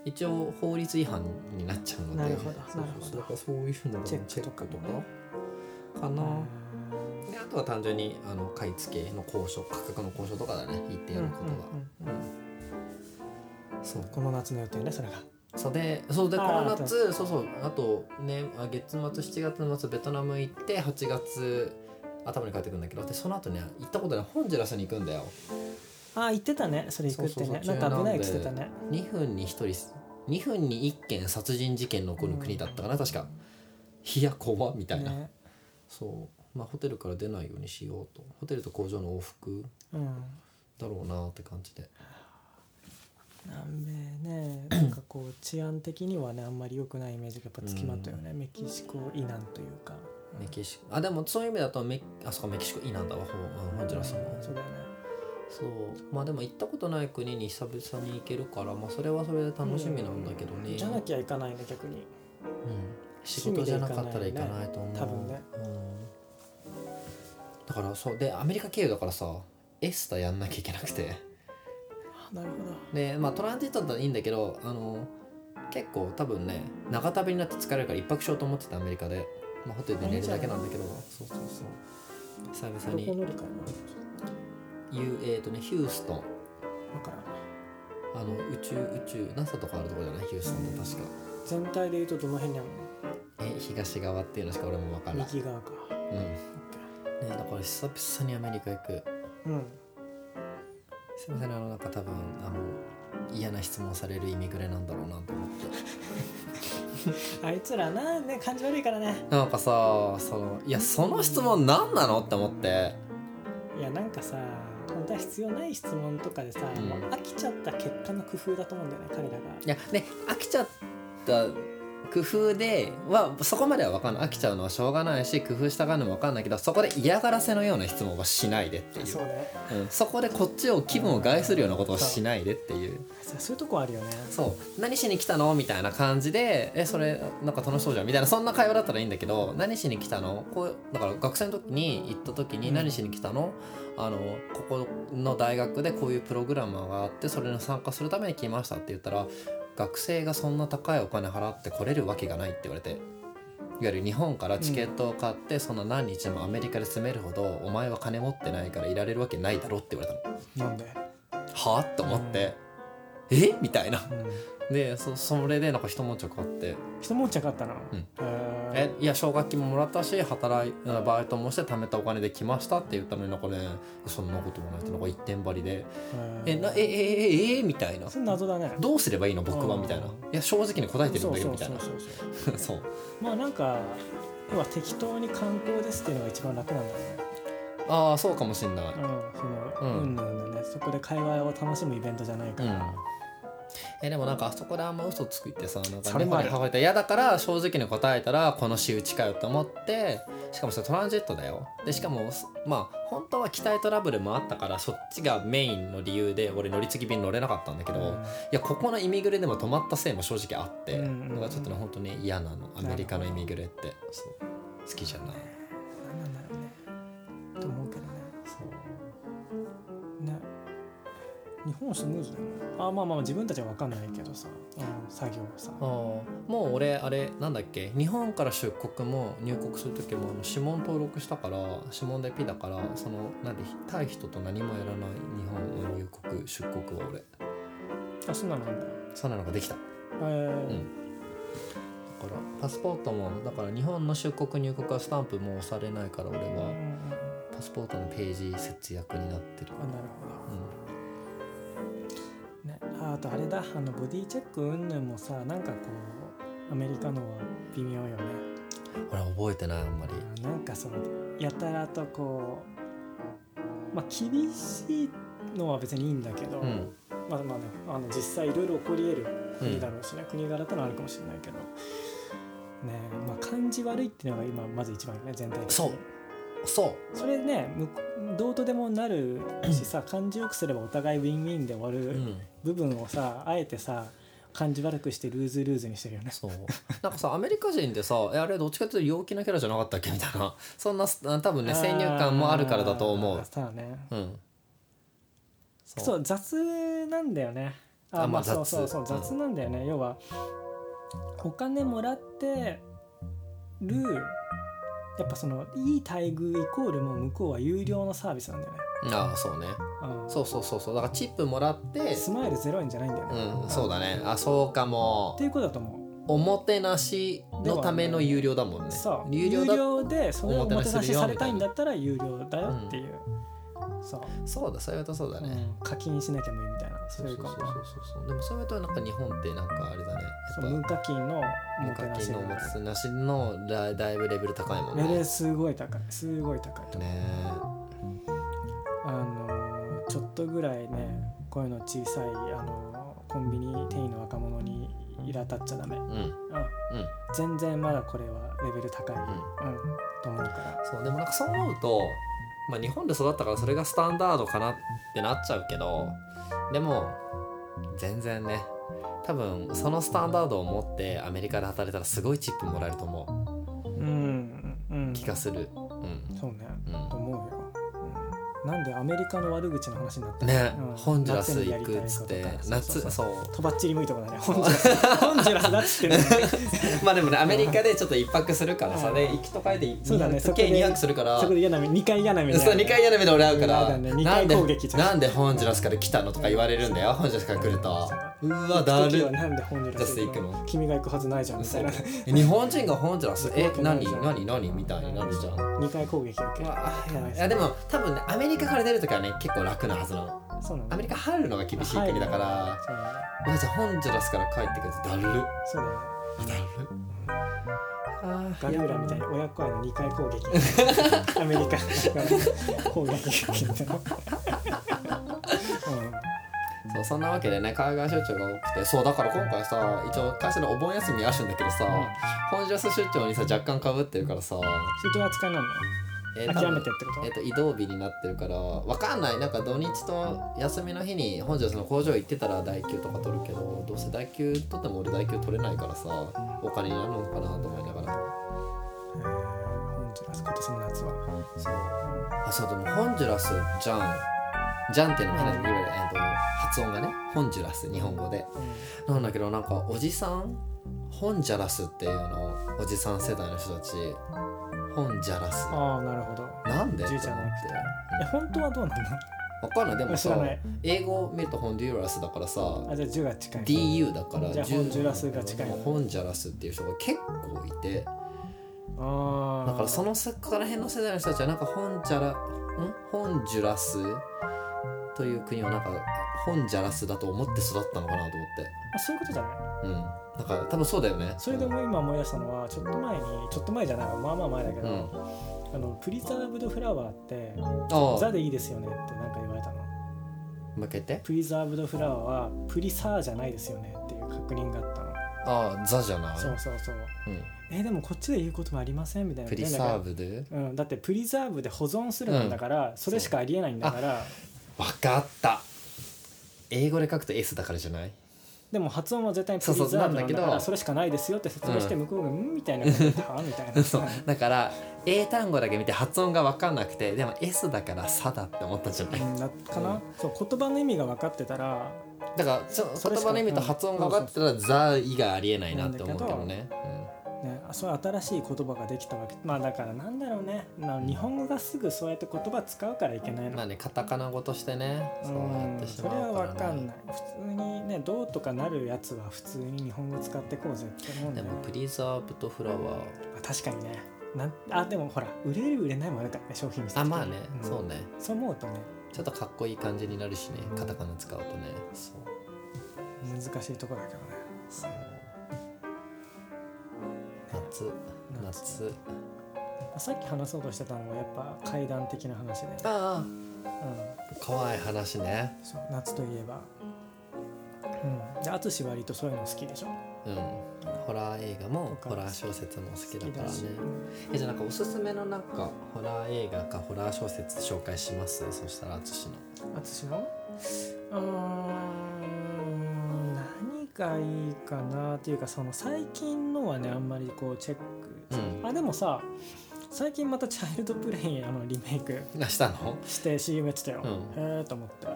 Speaker 2: 一応法律違反になっちゃうので
Speaker 1: なるほど
Speaker 2: そう
Speaker 1: なるほど
Speaker 2: そうだからそういうふうなのも
Speaker 1: チ
Speaker 2: チ
Speaker 1: ェ
Speaker 2: ェ
Speaker 1: ッ
Speaker 2: ッ
Speaker 1: ク
Speaker 2: ク
Speaker 1: と
Speaker 2: と
Speaker 1: か
Speaker 2: か
Speaker 1: ね
Speaker 2: か
Speaker 1: う
Speaker 2: なんであとは単純にあの買い付けの交渉価格の交渉とかだね言ってやることは。うんそう
Speaker 1: この夏の予定ねそれが
Speaker 2: そうでそうで
Speaker 1: あ
Speaker 2: こ
Speaker 1: ー
Speaker 2: の夏そうそうあとねあ月末7月の末ベトナム行って8月頭に帰ってくるんだけどでその後ね行ったことないホンジュラスに行くんだよ
Speaker 1: あ言ってたねそれ行くって
Speaker 2: そう
Speaker 1: ね
Speaker 2: そう
Speaker 1: な
Speaker 2: そうん
Speaker 1: か危ないって言ってたね
Speaker 2: 2分に1人2分に1件殺人事件の起こる国だったかな確かいや怖っみたいな、
Speaker 1: ね
Speaker 2: そうまあ、ホテルから出ないようにしようとホテルと工場の往復
Speaker 1: うん、
Speaker 2: だろうなって感じで
Speaker 1: 南 米ねなんかこう治安的にはねあんまり良くないイメージがやっぱつきまとうよね、メキシコ以南というか、
Speaker 2: メキシコあでもそういう意味だとメあそこメキシコいいなんだわホうんホンジュラスも
Speaker 1: そうだよね
Speaker 2: そうまあでも行ったことない国に久々に行けるから、まあ、それはそれで楽しみなんだけどね、
Speaker 1: じゃなきゃいかないね逆に
Speaker 2: うん、仕事じゃなかったら行かないと思う
Speaker 1: 多分ね
Speaker 2: うんだからそうでアメリカ経由だからさエスタやんなきゃいけなく て
Speaker 1: あなるほど
Speaker 2: でまあトランジットだったらいいんだけどあの結構多分ね長旅になって疲れるから一泊しようと思ってたアメリカで、まあ、ホテルで寝るだけなんだけどそうそうそう久
Speaker 1: ど
Speaker 2: 々
Speaker 1: こ
Speaker 2: に
Speaker 1: 乗り換
Speaker 2: ゆえーとねヒューストン
Speaker 1: えなのからん
Speaker 2: あの宇宙宇宙 NASA とかあるところじゃないヒューストンの確か
Speaker 1: 全体で言うとどの辺にある
Speaker 2: え東側っていうのしか俺も分から
Speaker 1: の
Speaker 2: ない、
Speaker 1: 右側か
Speaker 2: うんね、だから久々にアメリカ行く
Speaker 1: うん
Speaker 2: すみませんあのなんか多分あの嫌な質問されるイミグレなんだろうなと思って
Speaker 1: あいつらなね感じ悪いからね
Speaker 2: なんかさそのいやその質問何なのって思って
Speaker 1: いやなんかさ本当は必要ない質問とかでさ、
Speaker 2: うん
Speaker 1: もう飽きちゃった結果の工夫だと思うんだよね彼らが
Speaker 2: いやね飽きちゃった工夫ではそこまでは分かんない飽きちゃうのはしょうがないし工夫したがるのも分かんないけどそこで嫌がらせのような質問はしないでっていう
Speaker 1: そうね
Speaker 2: うん、そこでこっちを気分を害するようなことをしないでっていう
Speaker 1: さそういうとこあるよね
Speaker 2: そう何しに来たのみたいな感じでえそれなんか楽しそうじゃんみたいなそんな会話だったらいいんだけど何しに来たのこうだから学生の時に行った時
Speaker 1: う
Speaker 2: に
Speaker 1: ん
Speaker 2: 何しに来たの、あのここの大学でこういうプログラマーがあってそれに参加するために来ましたって言ったら学生がそんな高いお金払って来れるわけがないって言われて。いわゆる日本からチケットを買って、そんな何日もアメリカで住めるほどお前は金持ってないからいられるわけないだろって言われたの
Speaker 1: なんで、
Speaker 2: はあと思って、えみたいな
Speaker 1: うん、
Speaker 2: でそそれでなんか一文字買って
Speaker 1: 一文字ゃかったな、
Speaker 2: うん
Speaker 1: え
Speaker 2: えいや奨学金ももらったし働いバイトもして貯めたお金で来ましたって言ったのになんかねそんなこともないってなんか一点張りで
Speaker 1: ー
Speaker 2: えなえええええみたいな
Speaker 1: それ謎だね
Speaker 2: どうすればいいの僕は
Speaker 1: うん
Speaker 2: みたいないや正直に答えてるん
Speaker 1: そう
Speaker 2: だよ
Speaker 1: そ
Speaker 2: み
Speaker 1: う
Speaker 2: たい
Speaker 1: そ
Speaker 2: な
Speaker 1: うそうそう
Speaker 2: そう
Speaker 1: まあなんか要は適当に観光ですっていうのが一番楽なんだよね
Speaker 2: ああそうかもしんない
Speaker 1: うんその
Speaker 2: うん
Speaker 1: うんぬんのねそこで会話を楽しむイベントじゃないか
Speaker 2: うん
Speaker 1: ら、
Speaker 2: えでもなんかあそこであんま嘘つくってさなんか
Speaker 1: それもある
Speaker 2: 根掘り葉掘りと嫌だから正直に答えたらこの仕打ちかよと思ってしかもそれトランジットだよでしかもそまあ本当は機体トラブルもあったからそっちがメインの理由で俺乗り継ぎ便乗れなかったんだけど、いやここのイミグレでも止まったせいも正直あって、
Speaker 1: う
Speaker 2: だ
Speaker 1: んう
Speaker 2: か
Speaker 1: んうん
Speaker 2: らちょっとね本当に嫌なのアメリカのイミグレってそう好きじゃない
Speaker 1: なんなんだろうねと思うけどね
Speaker 2: そう
Speaker 1: ね日本スムーズだよねあまあまあ自分たちは分かんないけどさ、うん、作業さ
Speaker 2: あーもう俺あれなんだっけ日本から出国も入国する時もあの指紋登録したから指紋で P だからその何で対人と何もやらない日本の入国出国は俺
Speaker 1: あそんなのなんだ
Speaker 2: そんなのができただ
Speaker 1: えー
Speaker 2: からパスポートもだから日本の出国入国はスタンプもう押されないから俺
Speaker 1: うんうんう
Speaker 2: は
Speaker 1: んあ
Speaker 2: パスポートのページ節約になってる、
Speaker 1: なる
Speaker 2: う
Speaker 1: ほど、ね、ああとあれだあのボディチェックうんぬんもさなんかこうアメリカのは微妙よね
Speaker 2: ん、俺覚えてないあんまり
Speaker 1: あなんかそのやたらとこうまあ厳しいのは別にいいんだけど、
Speaker 2: うん
Speaker 1: まあまあねあの実際いろいろ起こり得る
Speaker 2: う
Speaker 1: いい
Speaker 2: ん
Speaker 1: だろうしね、国柄ってのはあるかもしれないけどねえまあ感じ悪いっていうのが今まず一番よね全体的に
Speaker 2: そうそ
Speaker 1: それね向こうどうとでもなるしさ感じよくすればお互いウィンウィンで終わ
Speaker 2: う、う
Speaker 1: る
Speaker 2: ん、
Speaker 1: 部分をさ、あえてさ感じ悪くしてルーズルーズにしてるよね
Speaker 2: そうなんかさアメリカ人ってさえあれどっちかというと陽気なキャラじゃなかったっけみたいなそんなすあ多分ね先入観もあるからだと思
Speaker 1: あ
Speaker 2: う
Speaker 1: ーそうだね
Speaker 2: うん
Speaker 1: そう
Speaker 2: う
Speaker 1: 雑なんだよねあ
Speaker 2: あ
Speaker 1: まあ
Speaker 2: まあ
Speaker 1: そうそう
Speaker 2: 雑
Speaker 1: そう
Speaker 2: うん
Speaker 1: 雑なんだよね、要はお金もらってるやっぱそのいい待遇イコールもう向こうは有料のサービスなんだよね、
Speaker 2: ああそうね
Speaker 1: うん
Speaker 2: そうそうそうそうだからチップもらって
Speaker 1: スマイル0円じゃないんだよね、
Speaker 2: うんそうだねあそうか
Speaker 1: っ
Speaker 2: も
Speaker 1: ていうことだと思
Speaker 2: おもてなしのための有料だもん
Speaker 1: う
Speaker 2: ね
Speaker 1: そう
Speaker 2: 有
Speaker 1: 有
Speaker 2: 料だ
Speaker 1: 料でそれをお
Speaker 2: お
Speaker 1: も
Speaker 2: も
Speaker 1: て
Speaker 2: て
Speaker 1: な
Speaker 2: な
Speaker 1: し
Speaker 2: し
Speaker 1: さ
Speaker 2: さ
Speaker 1: れ
Speaker 2: れ
Speaker 1: た
Speaker 2: た
Speaker 1: い
Speaker 2: い
Speaker 1: ん
Speaker 2: ん
Speaker 1: だ
Speaker 2: だ
Speaker 1: ったら有料だよっていうそう、
Speaker 2: そうだそう言われたらそうだね、
Speaker 1: うん課金しなきゃ無理みたいなそういう感
Speaker 2: そうそうそうそうでもそういうとなんか日本ってなんかあれだね
Speaker 1: じそう
Speaker 2: や
Speaker 1: 無
Speaker 2: っ
Speaker 1: 課金の
Speaker 2: ぱ
Speaker 1: お
Speaker 2: 無
Speaker 1: もて
Speaker 2: 課
Speaker 1: なし
Speaker 2: 金の
Speaker 1: み
Speaker 2: お
Speaker 1: た
Speaker 2: も
Speaker 1: いな
Speaker 2: てなしのだだいぶレベル高いもんね
Speaker 1: レベルすごい高いすごい高いと思う
Speaker 2: ね
Speaker 1: あのちょっとぐらいねこういうの小さいあのコンビニ店員の若者にイラ立っちゃダメ、うん、
Speaker 2: うんうん
Speaker 1: 全然まだこれはレベル高い、うん
Speaker 2: ん
Speaker 1: と思うから
Speaker 2: そうでもなんかそう思うと、まあ、日本で育ったからそれがスタンダードかなってなっちゃうけどでも全然ね多分そのスタンダードを持ってアメリカで働いたらすごいチップもらえると思
Speaker 1: うんうん
Speaker 2: う気がするうん
Speaker 1: そうねと
Speaker 2: う
Speaker 1: 思うよ、うん、なんでアメリカの悪口の話になって
Speaker 2: ん
Speaker 1: る
Speaker 2: ね、
Speaker 1: うん
Speaker 2: ホンジュラス行くっつって
Speaker 1: 夏にやりたいことと
Speaker 2: 夏
Speaker 1: か
Speaker 2: そう
Speaker 1: とばっちり向いたことないねホンジュラスホンジュラスだっつってね
Speaker 2: まあでもねアメリカでちょっと一泊するからさ
Speaker 1: うん
Speaker 2: で行きと帰って
Speaker 1: そうだね
Speaker 2: 200計2泊するから
Speaker 1: そこで嫌な目2回嫌な目に遭
Speaker 2: そう
Speaker 1: う
Speaker 2: 2回やる目で俺会うから、
Speaker 1: うん嫌だね
Speaker 2: なんで
Speaker 1: 二回攻撃じゃん
Speaker 2: なんでホンジュラスから来たのとか言われるんだよホンジュラスから来るとうわだ
Speaker 1: 時は
Speaker 2: る
Speaker 1: なんでホンジュラス
Speaker 2: じゃあ行くの
Speaker 1: 君が行くはずないじゃんみた
Speaker 2: そ
Speaker 1: いうな
Speaker 2: 日本人がホンジュラスえ
Speaker 1: 行くわけない
Speaker 2: 何
Speaker 1: じゃん
Speaker 2: 何何みたいになるじゃん
Speaker 1: 2回攻撃受けるやばい
Speaker 2: いやでも多分ねアメリカから出るときはね結構楽なはずなの
Speaker 1: そうなの
Speaker 2: アメリカ入るのが厳しい国だから
Speaker 1: そうだね
Speaker 2: おばあちゃんホンジュラスから帰ってくるとだるる
Speaker 1: そうだよね
Speaker 2: だるるあ
Speaker 1: ガルーラみたいに親子愛の2回 攻撃アメリカ攻撃受けみたいなうん
Speaker 2: そうそんなわけでね海外出張が多くてそうだから今回さ一応会社のお盆休みあるんだけどさ、ホンジュラス出張にさ若干かぶってるからさ、
Speaker 1: 出張扱いなの
Speaker 2: えー多分
Speaker 1: 諦めてってこと
Speaker 2: えっと移動日になってるからわかんないなんか土日と休みの日に本日の工場行ってたら代休とか取るけどどうせ代休取っても俺代休取れないからさお金になるのかなと思いながら
Speaker 1: えーホンジュラス今年の夏は
Speaker 2: そうあそうでもホンジュラスじゃんじゃんっていうのも変なんだけど、えっと発音がねホンジュラス日本語でなんだけどなんかおじさんホンジャラスっていうのおじさん世代の人たちホンジャラス
Speaker 1: ああなるほど
Speaker 2: なんでっ
Speaker 1: じい
Speaker 2: て思って
Speaker 1: ちゃんのえ本当はどうなの
Speaker 2: わかんないでも
Speaker 1: 知ら
Speaker 2: さ
Speaker 1: ない
Speaker 2: 英語を見るとホンデュラスだからさ
Speaker 1: あじゃあ10が近い
Speaker 2: DU だから
Speaker 1: じゃあ
Speaker 2: 10
Speaker 1: ホンジュラスが近いの
Speaker 2: ホンジャラスっていう人が結構いて
Speaker 1: ああ
Speaker 2: だからそのそこら辺の世代の人たちはなんかホンジャラんホンジュラスという国はなんかホンジャラスだと思って育ったのかなと
Speaker 1: あそういうことじゃない
Speaker 2: 思ってうんなんか多分そうだよね
Speaker 1: それでも今思い出したのはちょっと前にちょっと前じゃないわまあまあ前だけ
Speaker 2: う
Speaker 1: ど、
Speaker 2: ん
Speaker 1: あのプリザーブドフラワーって
Speaker 2: あ
Speaker 1: 「ザ」
Speaker 2: あ
Speaker 1: でいいですよねってなんか言われたの
Speaker 2: 負けて
Speaker 1: プリザーブドフラワーはプリサーじゃないですよねっていう確認があったの、
Speaker 2: ああザじゃない
Speaker 1: そうそうそう
Speaker 2: うん
Speaker 1: えでもこっちで言うこともありませんみたいな
Speaker 2: プリサーブで
Speaker 1: うん、だってプリザーブで保存するんだから、それしかありえないんだから
Speaker 2: わかった英語で書くと S だからじゃない
Speaker 1: でも発音は絶対にプ
Speaker 2: そう
Speaker 1: リザ
Speaker 2: そう
Speaker 1: ーブなんだか
Speaker 2: なんだけ
Speaker 1: ら
Speaker 2: ど
Speaker 1: それしかないですよって説明して向こうが「うん」みたいな感じで「はみたいな
Speaker 2: そうだから英単語だけ見て発音が分かんなくてでも S だから「さ」だって思ったんじゃない
Speaker 1: うんだかな、そう言葉の意味が分かってたら
Speaker 2: だからちょ
Speaker 1: それ
Speaker 2: 言
Speaker 1: しか
Speaker 2: 葉の意味と発音が分かってたら「ザ」以外ありえないなって思うけどね、
Speaker 1: ね、あそういう新しい言葉ができたわけまあだからなんだろうねな日本語がすぐそうやって言葉使うからいけな
Speaker 2: う
Speaker 1: い
Speaker 2: ん
Speaker 1: の、
Speaker 2: まあねカタカナ語としてねそうやっ
Speaker 1: う
Speaker 2: て
Speaker 1: ん
Speaker 2: し
Speaker 1: それ
Speaker 2: ま
Speaker 1: は
Speaker 2: うから、ね、
Speaker 1: 分かんない普通にねどうとかなるやつは普通に日本語使ってこうぜって思うんだ
Speaker 2: で
Speaker 1: よ
Speaker 2: もプリザーブとフラワー
Speaker 1: あ確かにねなんあでもほら売れる売れないもあるからね商品にした
Speaker 2: あ
Speaker 1: 時
Speaker 2: まあね、
Speaker 1: ん
Speaker 2: そうね
Speaker 1: そう思うとね
Speaker 2: ちょっとかっこいい感じになるしねカタカナ使うとねそう
Speaker 1: 難しいところだけどね
Speaker 2: そう夏夏
Speaker 1: まあさっき話そうとしてたのはやっぱ階段的な話で、うん、
Speaker 2: ああかわいい話ね
Speaker 1: そう夏といえばうんで淳割とそういうの好きでしょ
Speaker 2: うん、ホラー映画もホラー小説も好きだから
Speaker 1: 好き
Speaker 2: ね
Speaker 1: だし
Speaker 2: えじゃあなんかおすすめのなんかホラー映画かホラー小説紹介しますそしたら淳の
Speaker 1: 私のうーん何がいいかなっていうかその最近のはねあんまりこうチェック、
Speaker 2: う
Speaker 1: あでもさ最近また「チャイルドプレイン」あのリメイク
Speaker 2: あしたの
Speaker 1: して CM やってたよ、
Speaker 2: う
Speaker 1: へえと思って、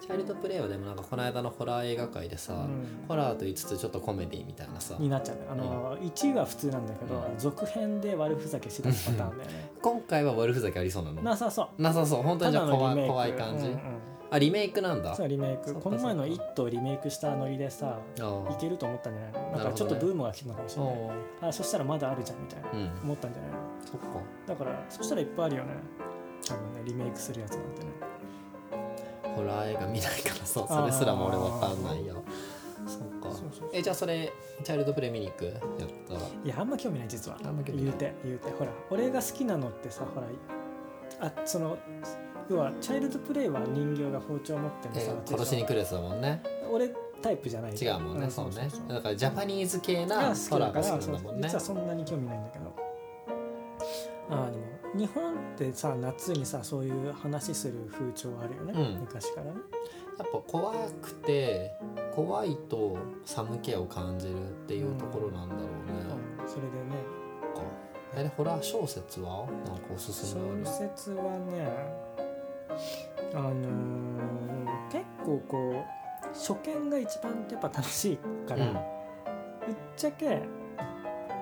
Speaker 2: チャイルドプレイはでもなんかこの間のホラー映画界でさ、
Speaker 1: うん
Speaker 2: ホラーと言いつつちょっとコメディみたいなさ
Speaker 1: になっちゃうねあの、1位は普通なんだけど、
Speaker 2: うん
Speaker 1: 続編で悪ふざけしだすパターンだよね
Speaker 2: 今回は悪ふざけありそうなのな
Speaker 1: なさそう
Speaker 2: さそう本当にじゃあ怖い怖い感じ、
Speaker 1: うんうん
Speaker 2: あリメイクなんだ
Speaker 1: そうリメイ
Speaker 2: そ
Speaker 1: ク
Speaker 2: っか
Speaker 1: この前の「
Speaker 2: そっ
Speaker 1: イ
Speaker 2: か
Speaker 1: ット!」をリメイクしたノリでさ
Speaker 2: あ
Speaker 1: い
Speaker 2: ー
Speaker 1: けると思ったんじゃないのだか
Speaker 2: なる
Speaker 1: ら
Speaker 2: ほ
Speaker 1: ちょ
Speaker 2: ど
Speaker 1: っ
Speaker 2: ね
Speaker 1: とブームが来たのかもしれない、
Speaker 2: おー
Speaker 1: あそしたらまだあるじゃんみたいな
Speaker 2: うん
Speaker 1: 思ったんじゃないの
Speaker 2: そっか
Speaker 1: だからそしたらいっぱいあるよね多分ねリメイクするやつなんてね
Speaker 2: ホラー映画見ないからさそれすらも俺わかんないよそっか
Speaker 1: そうそうそう
Speaker 2: えじゃあそれチャイルドプレイ見に行くやったら
Speaker 1: いやあんま興味ない実は
Speaker 2: あんま興味
Speaker 1: 言
Speaker 2: な
Speaker 1: う
Speaker 2: い
Speaker 1: て言うてほら俺が好きなのってさほらあその要はチャイルドプレイは人形が包丁持ってる
Speaker 2: え
Speaker 1: さ
Speaker 2: 殺しに来
Speaker 1: る
Speaker 2: るやつだもんね
Speaker 1: 俺タイプじゃない
Speaker 2: 違うもんね、そうね
Speaker 1: そう
Speaker 2: だからジャパニーズ系
Speaker 1: が
Speaker 2: な
Speaker 1: 好
Speaker 2: ホ
Speaker 1: きだ
Speaker 2: ラー
Speaker 1: か
Speaker 2: が
Speaker 1: ら
Speaker 2: 好き
Speaker 1: そ
Speaker 2: な
Speaker 1: うん
Speaker 2: だもんね
Speaker 1: 実はそんなに興味ないんだけどああでも日本ってさ夏にさそういう話する風潮あるよね、
Speaker 2: うん
Speaker 1: 昔からね
Speaker 2: やっぱ怖くて怖いと寒気を感じるっていうところなんだろうね、
Speaker 1: それでね
Speaker 2: なんかえホラー小説はなんかおすすめある
Speaker 1: 小説はねあのー結構こう初見が一番やっぱ楽しいから、
Speaker 2: うん
Speaker 1: ぶっちゃけ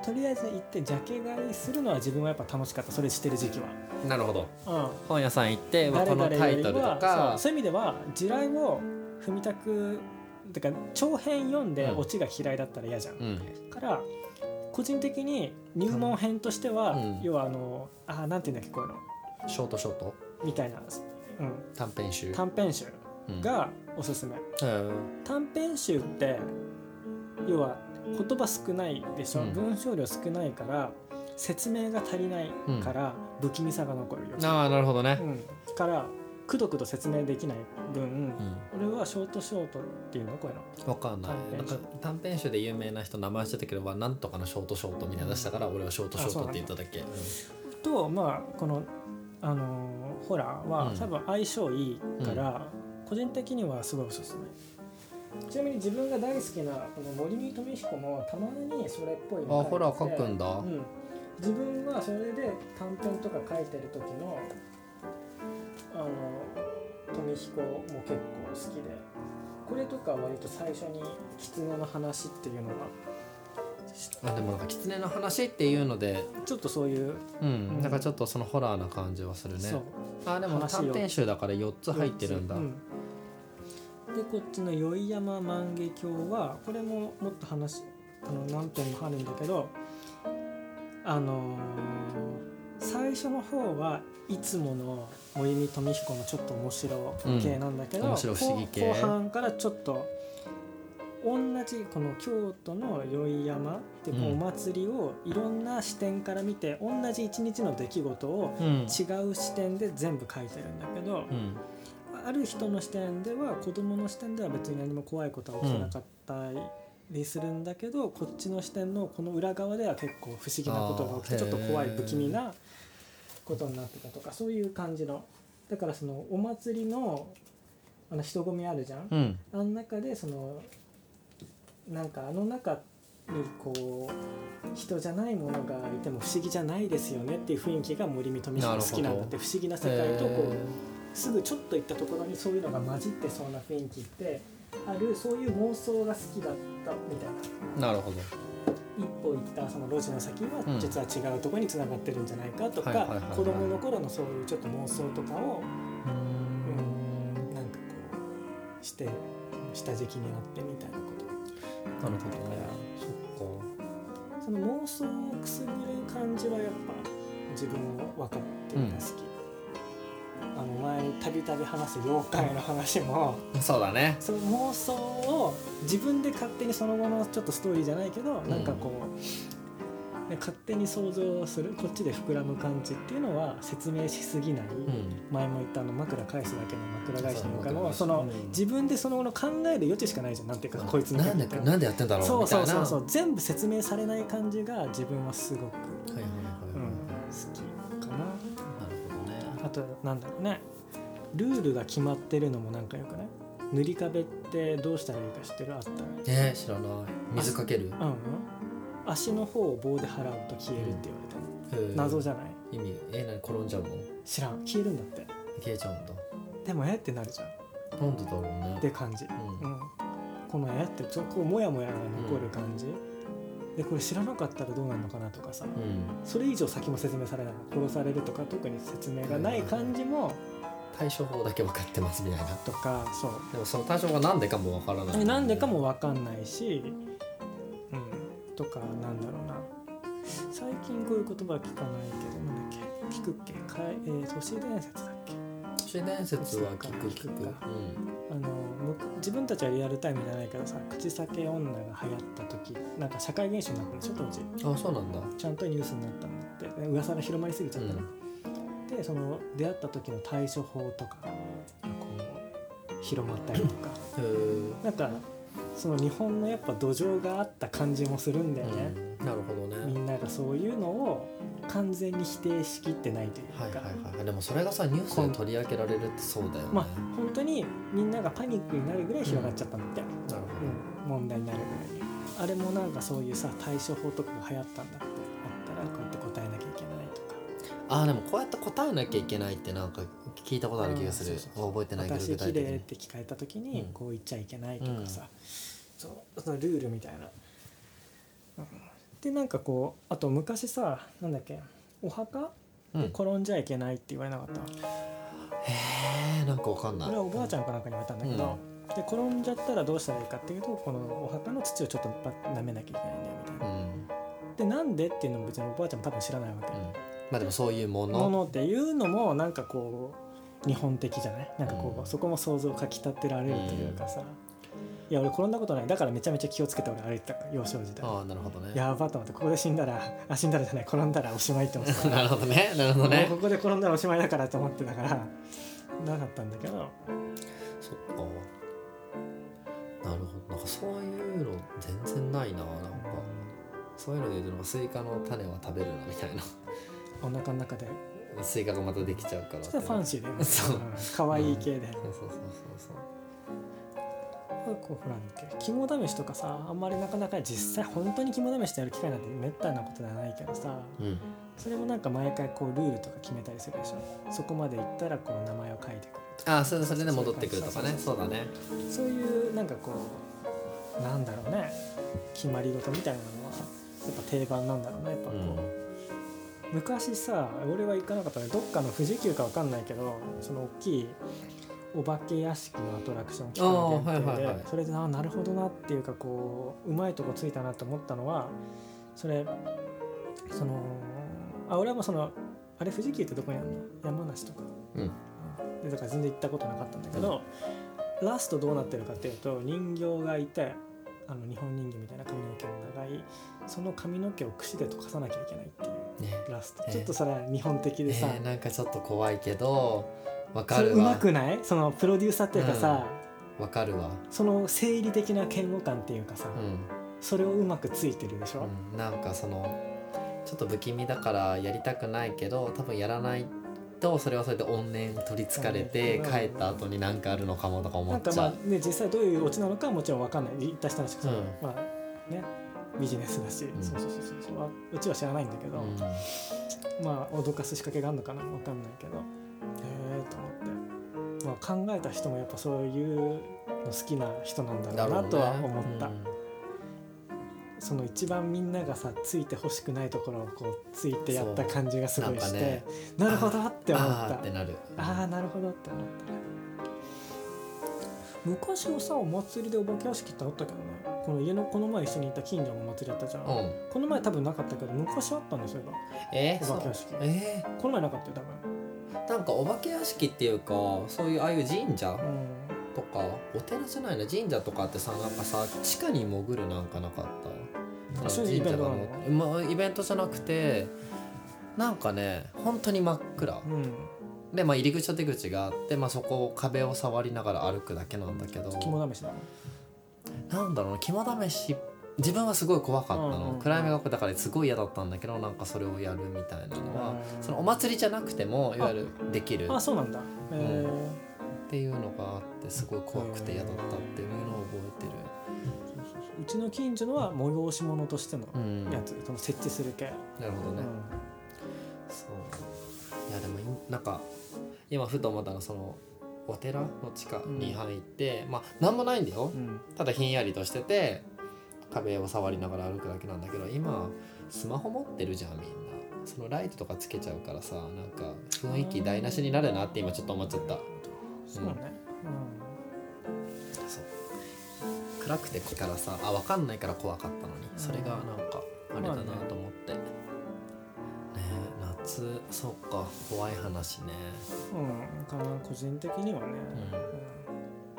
Speaker 1: とりあえず行ってジャケ買いするのは自分はやっぱ楽しかったそれしてる時期
Speaker 2: なるほど
Speaker 1: は、
Speaker 2: 本屋さん行って
Speaker 1: うん、
Speaker 2: まあこのタイトルと
Speaker 1: そ
Speaker 2: か
Speaker 1: うそういう意味では地雷を踏みたくてか長編読んで
Speaker 2: うん
Speaker 1: オチが嫌いだったら嫌じゃん
Speaker 2: うん
Speaker 1: から個人的に入門編としては、
Speaker 2: うん
Speaker 1: 要はあのあーなんていうんだっけこういうの
Speaker 2: ショートショート
Speaker 1: みたいな、う
Speaker 2: 短編集
Speaker 1: ん、短編集
Speaker 2: うん
Speaker 1: がおすすめ、
Speaker 2: へー
Speaker 1: 短編集って要は言葉少ないでしょ、
Speaker 2: うん
Speaker 1: 文章量少ないから説明が足りないから不気味さが残るよ、
Speaker 2: ああなるほどね
Speaker 1: う、んからくどくど説明できない分
Speaker 2: う、ん
Speaker 1: 俺はショートショートっていうのこういうの
Speaker 2: わかんない
Speaker 1: 短編
Speaker 2: なん
Speaker 1: 集
Speaker 2: か短編集で有名な人名前してたけどまあなんとかのショートショートみたいなの出したから俺はショートショートって言っただけ
Speaker 1: とまあこの、あのーホラーは
Speaker 2: うん
Speaker 1: 多分相性いいから、個人的にはすごいおすすめちなみに自分が大好きなこの森見富彦もたまにそれっぽい
Speaker 2: あ
Speaker 1: の
Speaker 2: ホラ
Speaker 1: 書
Speaker 2: ー書
Speaker 1: いてて
Speaker 2: くんだ、
Speaker 1: うん、自分はそれで短編とか書いてる時のあの富彦も結構好きでこれとかは割と最初に狐の話っていうのが
Speaker 2: あでもなんか狐の話っていうので
Speaker 1: ちょっとそういう、
Speaker 2: う
Speaker 1: う
Speaker 2: ん、
Speaker 1: ん
Speaker 2: なんかちょっとそのホラーな感じはするね
Speaker 1: そう
Speaker 2: あでも
Speaker 1: 話を
Speaker 2: 短編集だから4つ入ってるんだ、
Speaker 1: うでこっちの「宵山万華鏡は」これももっと話あの何点もあるんだけどあのー最初の方はいつもの森見富彦のちょっと面白系なんだけど、
Speaker 2: うん面白不思議系
Speaker 1: 後後半からちょっと同じこの京都の宵山ってこう
Speaker 2: うん
Speaker 1: お祭りをいろんな視点から見て、同じ一日の出来事を
Speaker 2: うん
Speaker 1: 違う視点で全部書いてるんだけど、
Speaker 2: うん
Speaker 1: ある人の視点では子供の視点では別に何も怖いことは起きなかったりするんだけど、こっちの視点のこの裏側では結構不思議なことが起き
Speaker 2: あ
Speaker 1: て
Speaker 2: ー
Speaker 1: ちょっと怖い
Speaker 2: へー
Speaker 1: 不気味なことになってたとかそういう感じのだからそのお祭りのあの人混みあるじゃん、
Speaker 2: うん
Speaker 1: あの中でそのなんかあの中にこう人じゃないものがいても不思議じゃないですよねっていう雰囲気が森見富彦の好きなんだって不思議な世界とこう。すぐちょっと行ったところにそういうのが混じってそうな雰囲気ってあるそういう妄想が好きだったみたいな
Speaker 2: えーなるほど
Speaker 1: 一歩行ったその路地の先
Speaker 2: う
Speaker 1: は
Speaker 2: ん
Speaker 1: 実は違うところに繋がってるんじゃないかとか、
Speaker 2: はいはいはいはい
Speaker 1: 子供の頃のそういうちょっと妄想とかを、うん、なんかこうして下敷きになってみたいなこと
Speaker 2: なるほどねそ
Speaker 1: その妄想をくすぐる感じはやっぱ自分も分かってるのが好き、あの前にたびたび話す妖怪の話も、
Speaker 2: っかそうだね
Speaker 1: その妄想を自分で勝手にその後のちょっとストーリーじゃないけど、
Speaker 2: ん
Speaker 1: なんかこうね勝手に想像するこっちで膨らむ感じっていうのは説明しすぎない、
Speaker 2: うん
Speaker 1: 前も言ったあの枕返すだけの枕返しの他
Speaker 2: そう
Speaker 1: のそ
Speaker 2: 枕
Speaker 1: の、
Speaker 2: 返しうん
Speaker 1: 自分でその後の考える余地しかないじゃんなんていうか、こいつの
Speaker 2: なんで
Speaker 1: みたい
Speaker 2: なんでやってんだろう
Speaker 1: そうそうそうそ
Speaker 2: み
Speaker 1: う全部説明されない感じが自分はすごく好
Speaker 2: たいなはいはいはいはい、
Speaker 1: きかな
Speaker 2: なるほどね
Speaker 1: あとなんだろうねルールが決まってるのもなんかよくない塗り壁ってどうしたらいいか知ってるあった
Speaker 2: えー、知らない水かける、
Speaker 1: うんうん足の方を棒で払うと消えるって言われた、
Speaker 2: えー
Speaker 1: 謎じゃない
Speaker 2: 意味えー、何転んじゃうの
Speaker 1: 知らん消えるんだって
Speaker 2: 消えちゃうんだ
Speaker 1: でもえってなるじゃん
Speaker 2: なんでだろうね
Speaker 1: って感じ、
Speaker 2: うん
Speaker 1: うん、このえってちょっとこうモヤモヤが残る感じ、でこれ知らなかったらどうなるのかなとかさ
Speaker 2: うん、
Speaker 1: それ以上先も説明されない殺されるとか特に説明がない感じも
Speaker 2: 対処法だけ分かってますみたいな
Speaker 1: とかそう
Speaker 2: でもその対処法がなんでかもわからない
Speaker 1: なんでかも分かんないし、うん、とかなんだろうな最近こういう言葉は聞かないけどなんだっけ聞くっけかえー、都市伝説だっけ
Speaker 2: 都市伝説は聞く聞く
Speaker 1: 聞くかあのむ自分たちはリアルタイムじゃないからさ口裂け女が流行った時なんか社会現象になったんでしょ当時
Speaker 2: うん、あそうなんだ、
Speaker 1: ちゃんとニュースになったんだってえ噂が広まりすぎちゃったね、でその出会った時の対処法とかがこう広まったりとか
Speaker 2: へー
Speaker 1: なんかその日本のやっぱ土壌があった感じもするんだよね、
Speaker 2: うん、なるほどね
Speaker 1: みんながそういうのを完全に否定しきってないというか、
Speaker 2: はいはいはいでもそれがさニュースで取り上げられるってそうだよね、
Speaker 1: まあ本当にみんながパニックになるぐらい広がっちゃったんだって、
Speaker 2: なるほ
Speaker 1: うん、問題になるぐらいあれもなんかそういうさ対処法とかが流行ったんだってあったらこうやって答えなきゃいけないとか
Speaker 2: どあーでもこうやって答えなきゃいけないってなんか聞いたことある気がする、
Speaker 1: うんそうそうそう
Speaker 2: 覚えてないけど
Speaker 1: 私
Speaker 2: 具
Speaker 1: 綺
Speaker 2: 体的
Speaker 1: 麗っ
Speaker 2: に
Speaker 1: て聞かれた時に
Speaker 2: うん
Speaker 1: こう言っちゃいけないとかさ、そうそのルールみたいな。うんでなんかこうあと昔さなんだっけお墓
Speaker 2: うん
Speaker 1: 転んじゃいけないって言われなかった、
Speaker 2: へえんかわかんない
Speaker 1: これはおばあちゃんかなんかに言われたんだけど、で転んじゃったらどうしたらいいかっていうとこのお墓の土をちょっとば舐めなきゃいけないんだよみたいな
Speaker 2: う。ん、うん
Speaker 1: でなんでっていうのも別におばあちゃんも多分知らないわけ。
Speaker 2: まあでもそういうもの
Speaker 1: ものっていうのもなんかこう日本的じゃないなんかこう、
Speaker 2: うん
Speaker 1: そこも想像をかきたてられるというかさ、いや俺転んだことないだからめちゃめちゃ気をつけて俺歩いてたから幼少時代
Speaker 2: ああなるほどね
Speaker 1: やばと思ってここで死んだらあ死んだらじゃない転んだらおしまいって思ってた
Speaker 2: なるほどねなるほどね
Speaker 1: もうここで転んだらおしまいだからと思ってたからなかったんだけど
Speaker 2: そっかなるほどなんかそういうの全然ないななんかそういうので言うとなんかスイカの種は食べるなみたい
Speaker 1: お腹の中で
Speaker 2: な スイカがまたできちゃうから
Speaker 1: そしたらファン
Speaker 2: シ
Speaker 1: シーだよね
Speaker 2: そうん
Speaker 1: 可愛い系で、
Speaker 2: そうそうそうそう
Speaker 1: なんかこうほらなんか肝試しとかさあんまりなかなか実際本当に肝試しでやる機会なんてめったなことではないけどさ
Speaker 2: そううん
Speaker 1: それもなんか毎回こうルールとか決めたりするでしょそこまで行ったらこう名前を書いてくるとか
Speaker 2: ああそれそれで戻ってくるとかねそうだね
Speaker 1: そういうなんかこうなんだろうね決まり事みたいなのはやっぱ定番なんだろうねやっぱ
Speaker 2: う
Speaker 1: こ
Speaker 2: ん
Speaker 1: う、昔さ俺は行かなかったけどどっかの富士急かわかんないけどその大きいお化け屋敷のアトラクション期間限
Speaker 2: あーは
Speaker 1: 定
Speaker 2: いはいはい
Speaker 1: でそれであーなるほどなっていうかこううまいとこついたなと思ったのはそれそのあ俺はもうそのあれ富士急ってどこにあるの山梨とか
Speaker 2: うん
Speaker 1: でだから全然行ったことなかったんだけど、ラストどうなってるかっていうと人形がいてあの日本人形みたいな髪の毛の長いその髪の毛を櫛で溶かさなきゃいけないっていう。
Speaker 2: ね
Speaker 1: ラス
Speaker 2: え
Speaker 1: ト
Speaker 2: ー
Speaker 1: ちょっとそれは日本的でさ、
Speaker 2: えーなんかちょっと怖いけどわか
Speaker 1: それ
Speaker 2: る
Speaker 1: うま
Speaker 2: わ
Speaker 1: くないそのプロデューサーっていうかさ、
Speaker 2: わかるわ
Speaker 1: その生理的な嫌悪感っていうかさ、
Speaker 2: うん
Speaker 1: それをうまくついてるでしょ、
Speaker 2: うん、なんかそのちょっと不気味だからやりたくないけど多分やらないとそれはそれで怨念取りつかれて
Speaker 1: うん
Speaker 2: 帰った後に何かあるのかもとか思
Speaker 1: な
Speaker 2: っ
Speaker 1: んか
Speaker 2: ち
Speaker 1: ま
Speaker 2: ゃ
Speaker 1: あ
Speaker 2: う。
Speaker 1: ね実際どういうオチなのかはもちろんわかんない言った人たちがさ、
Speaker 2: うん
Speaker 1: まあねビジネスだし、
Speaker 2: ん
Speaker 1: そうそうそうそうそうわうちは知らないんだけど、
Speaker 2: うん
Speaker 1: まあ脅かす仕掛けがあるのかなわかんないけどへえと思って、まあ、考えた人もやっぱそういうの好きな人なんだろうなとは思った。
Speaker 2: うん
Speaker 1: その一番みんながさついてほしくないところをこうついてやった
Speaker 2: そう
Speaker 1: 感じがすごいしてな,、
Speaker 2: なんか
Speaker 1: る
Speaker 2: ね
Speaker 1: ほどって思っ
Speaker 2: あ
Speaker 1: た
Speaker 2: ーってなる。
Speaker 1: ああなるほどって思ったね昔はさお祭りでお化け屋敷ってあったけどねこの家のこの前一緒に行った近所のお祭りあったじゃん、
Speaker 2: うん。
Speaker 1: この前多分なかったけど昔あったんですよ
Speaker 2: えー、
Speaker 1: お
Speaker 2: そ
Speaker 1: 化け
Speaker 2: う
Speaker 1: 屋敷。
Speaker 2: え
Speaker 1: この前なかったよ多分
Speaker 2: ー、なんかお化け屋敷っていうかそういうああいう神社
Speaker 1: うん
Speaker 2: とかお寺じゃないな神社とかってさなんかさ地下に潜るなんかなかった。
Speaker 1: あそういうイベントなの
Speaker 2: 神社がもうまあイベントじゃなくてなんかね本当に真っ暗
Speaker 1: うん
Speaker 2: で、まあ、入り口と出口があって、まあ、そこを壁を触りながら歩くだけなんだけど
Speaker 1: 肝試しだもん
Speaker 2: なんだろうな肝試し自分はすごい怖かった
Speaker 1: うんうん
Speaker 2: の、
Speaker 1: うん
Speaker 2: 暗闇が怖いだからすごい嫌だったんだけどなんかそれをやるみたいなのは、
Speaker 1: うん
Speaker 2: そのお祭りじゃなくてもいわゆるできる
Speaker 1: あ
Speaker 2: っ
Speaker 1: そうなんだえー
Speaker 2: ていうのがあってすごい怖くて嫌だったっていうのを覚えてる。
Speaker 1: うちの近所のは催し物としての
Speaker 2: うん、な
Speaker 1: や
Speaker 2: る
Speaker 1: つ、その設置する系、
Speaker 2: ほど
Speaker 1: う
Speaker 2: ね、
Speaker 1: ん
Speaker 2: そういやでもいなんか今ふと思ったのはそのお寺の地下に入って、まあ何もないんだよ、
Speaker 1: うん
Speaker 2: ただひんやりとしてて壁を触りながら歩くだけなんだけど今スマホ持ってるじゃんみんなそのライトとかつけちゃうからさなんか雰囲気台無しになるなって今ちょっと思っちゃった
Speaker 1: そうね、
Speaker 2: そう暗くてからさあ分かんないから怖かったのにそれがなんかあれだなと思ってねえ夏そっか怖い話ね
Speaker 1: うんかな個人的にはね、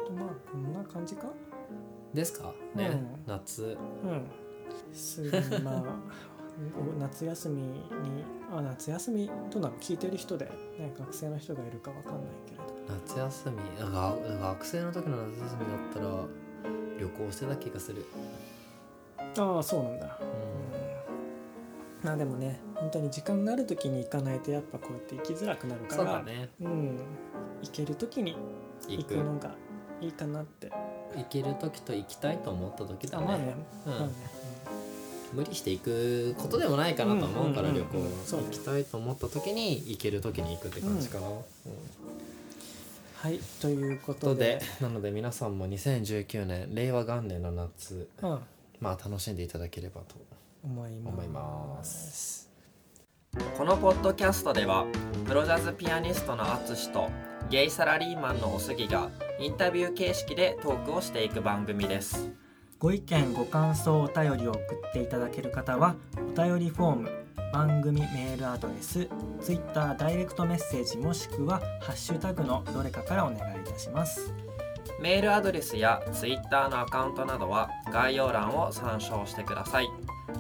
Speaker 2: う
Speaker 1: うんまあこんな感じか
Speaker 2: んですかね、
Speaker 1: うん
Speaker 2: 夏
Speaker 1: うんすぐにまあ お夏休みにあ夏休みどうなの聞いてる人で、ね、学生の人がいるかわかんないけれど
Speaker 2: 夏休みが学生の時の夏休みだったら旅行してた気がする、
Speaker 1: ああそうなんだ、
Speaker 2: うん
Speaker 1: うん、まあでもね本当に時間がある時に行かないとやっぱこうやって行きづらくなるから
Speaker 2: そうだね
Speaker 1: うん、行ける時に
Speaker 2: 行
Speaker 1: 行
Speaker 2: く
Speaker 1: くのがいいかなって
Speaker 2: 行ける時と行きたいと思った時だ
Speaker 1: あ
Speaker 2: ね,、
Speaker 1: まあね、
Speaker 2: うん
Speaker 1: まあね
Speaker 2: 無理して行くことでもないかなと思うから、
Speaker 1: うんうん
Speaker 2: 旅
Speaker 1: うん
Speaker 2: 行、
Speaker 1: そうね
Speaker 2: 行きたいと思った時に行ける時に行くって感じかな、うん
Speaker 1: はいということと
Speaker 2: で
Speaker 1: で
Speaker 2: なので皆さんも2019年令和元年の夏
Speaker 1: うん
Speaker 2: まあ楽しんでいただければと
Speaker 1: 思います
Speaker 2: 思います
Speaker 3: このポッドキャストではプロジャズピアニストの淳とゲイサラリーマンのおすぎがインタビュー形式でトークをしていく番組です
Speaker 1: ご意見ご感想お便りを送っていただける方はお便りフォーム番組メールアドレス Twitter ダイレクトメッセージもしくは「ハッシュタグのどれかからお願いいたします
Speaker 3: メールアドレスやツイッターのアカウントなどは概要欄を参照してください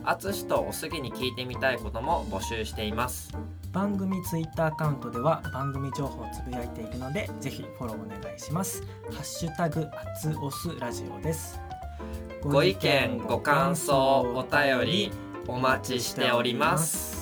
Speaker 3: 淳とおすぎに聞いてみたいことも募集しています
Speaker 1: 番組 Twitter アカウントでは番組情報をつぶやいているのでぜひフォローお願いします「ハッシュタグあつおすラジオ」です
Speaker 3: ご意見ご感想お便りお待ちしております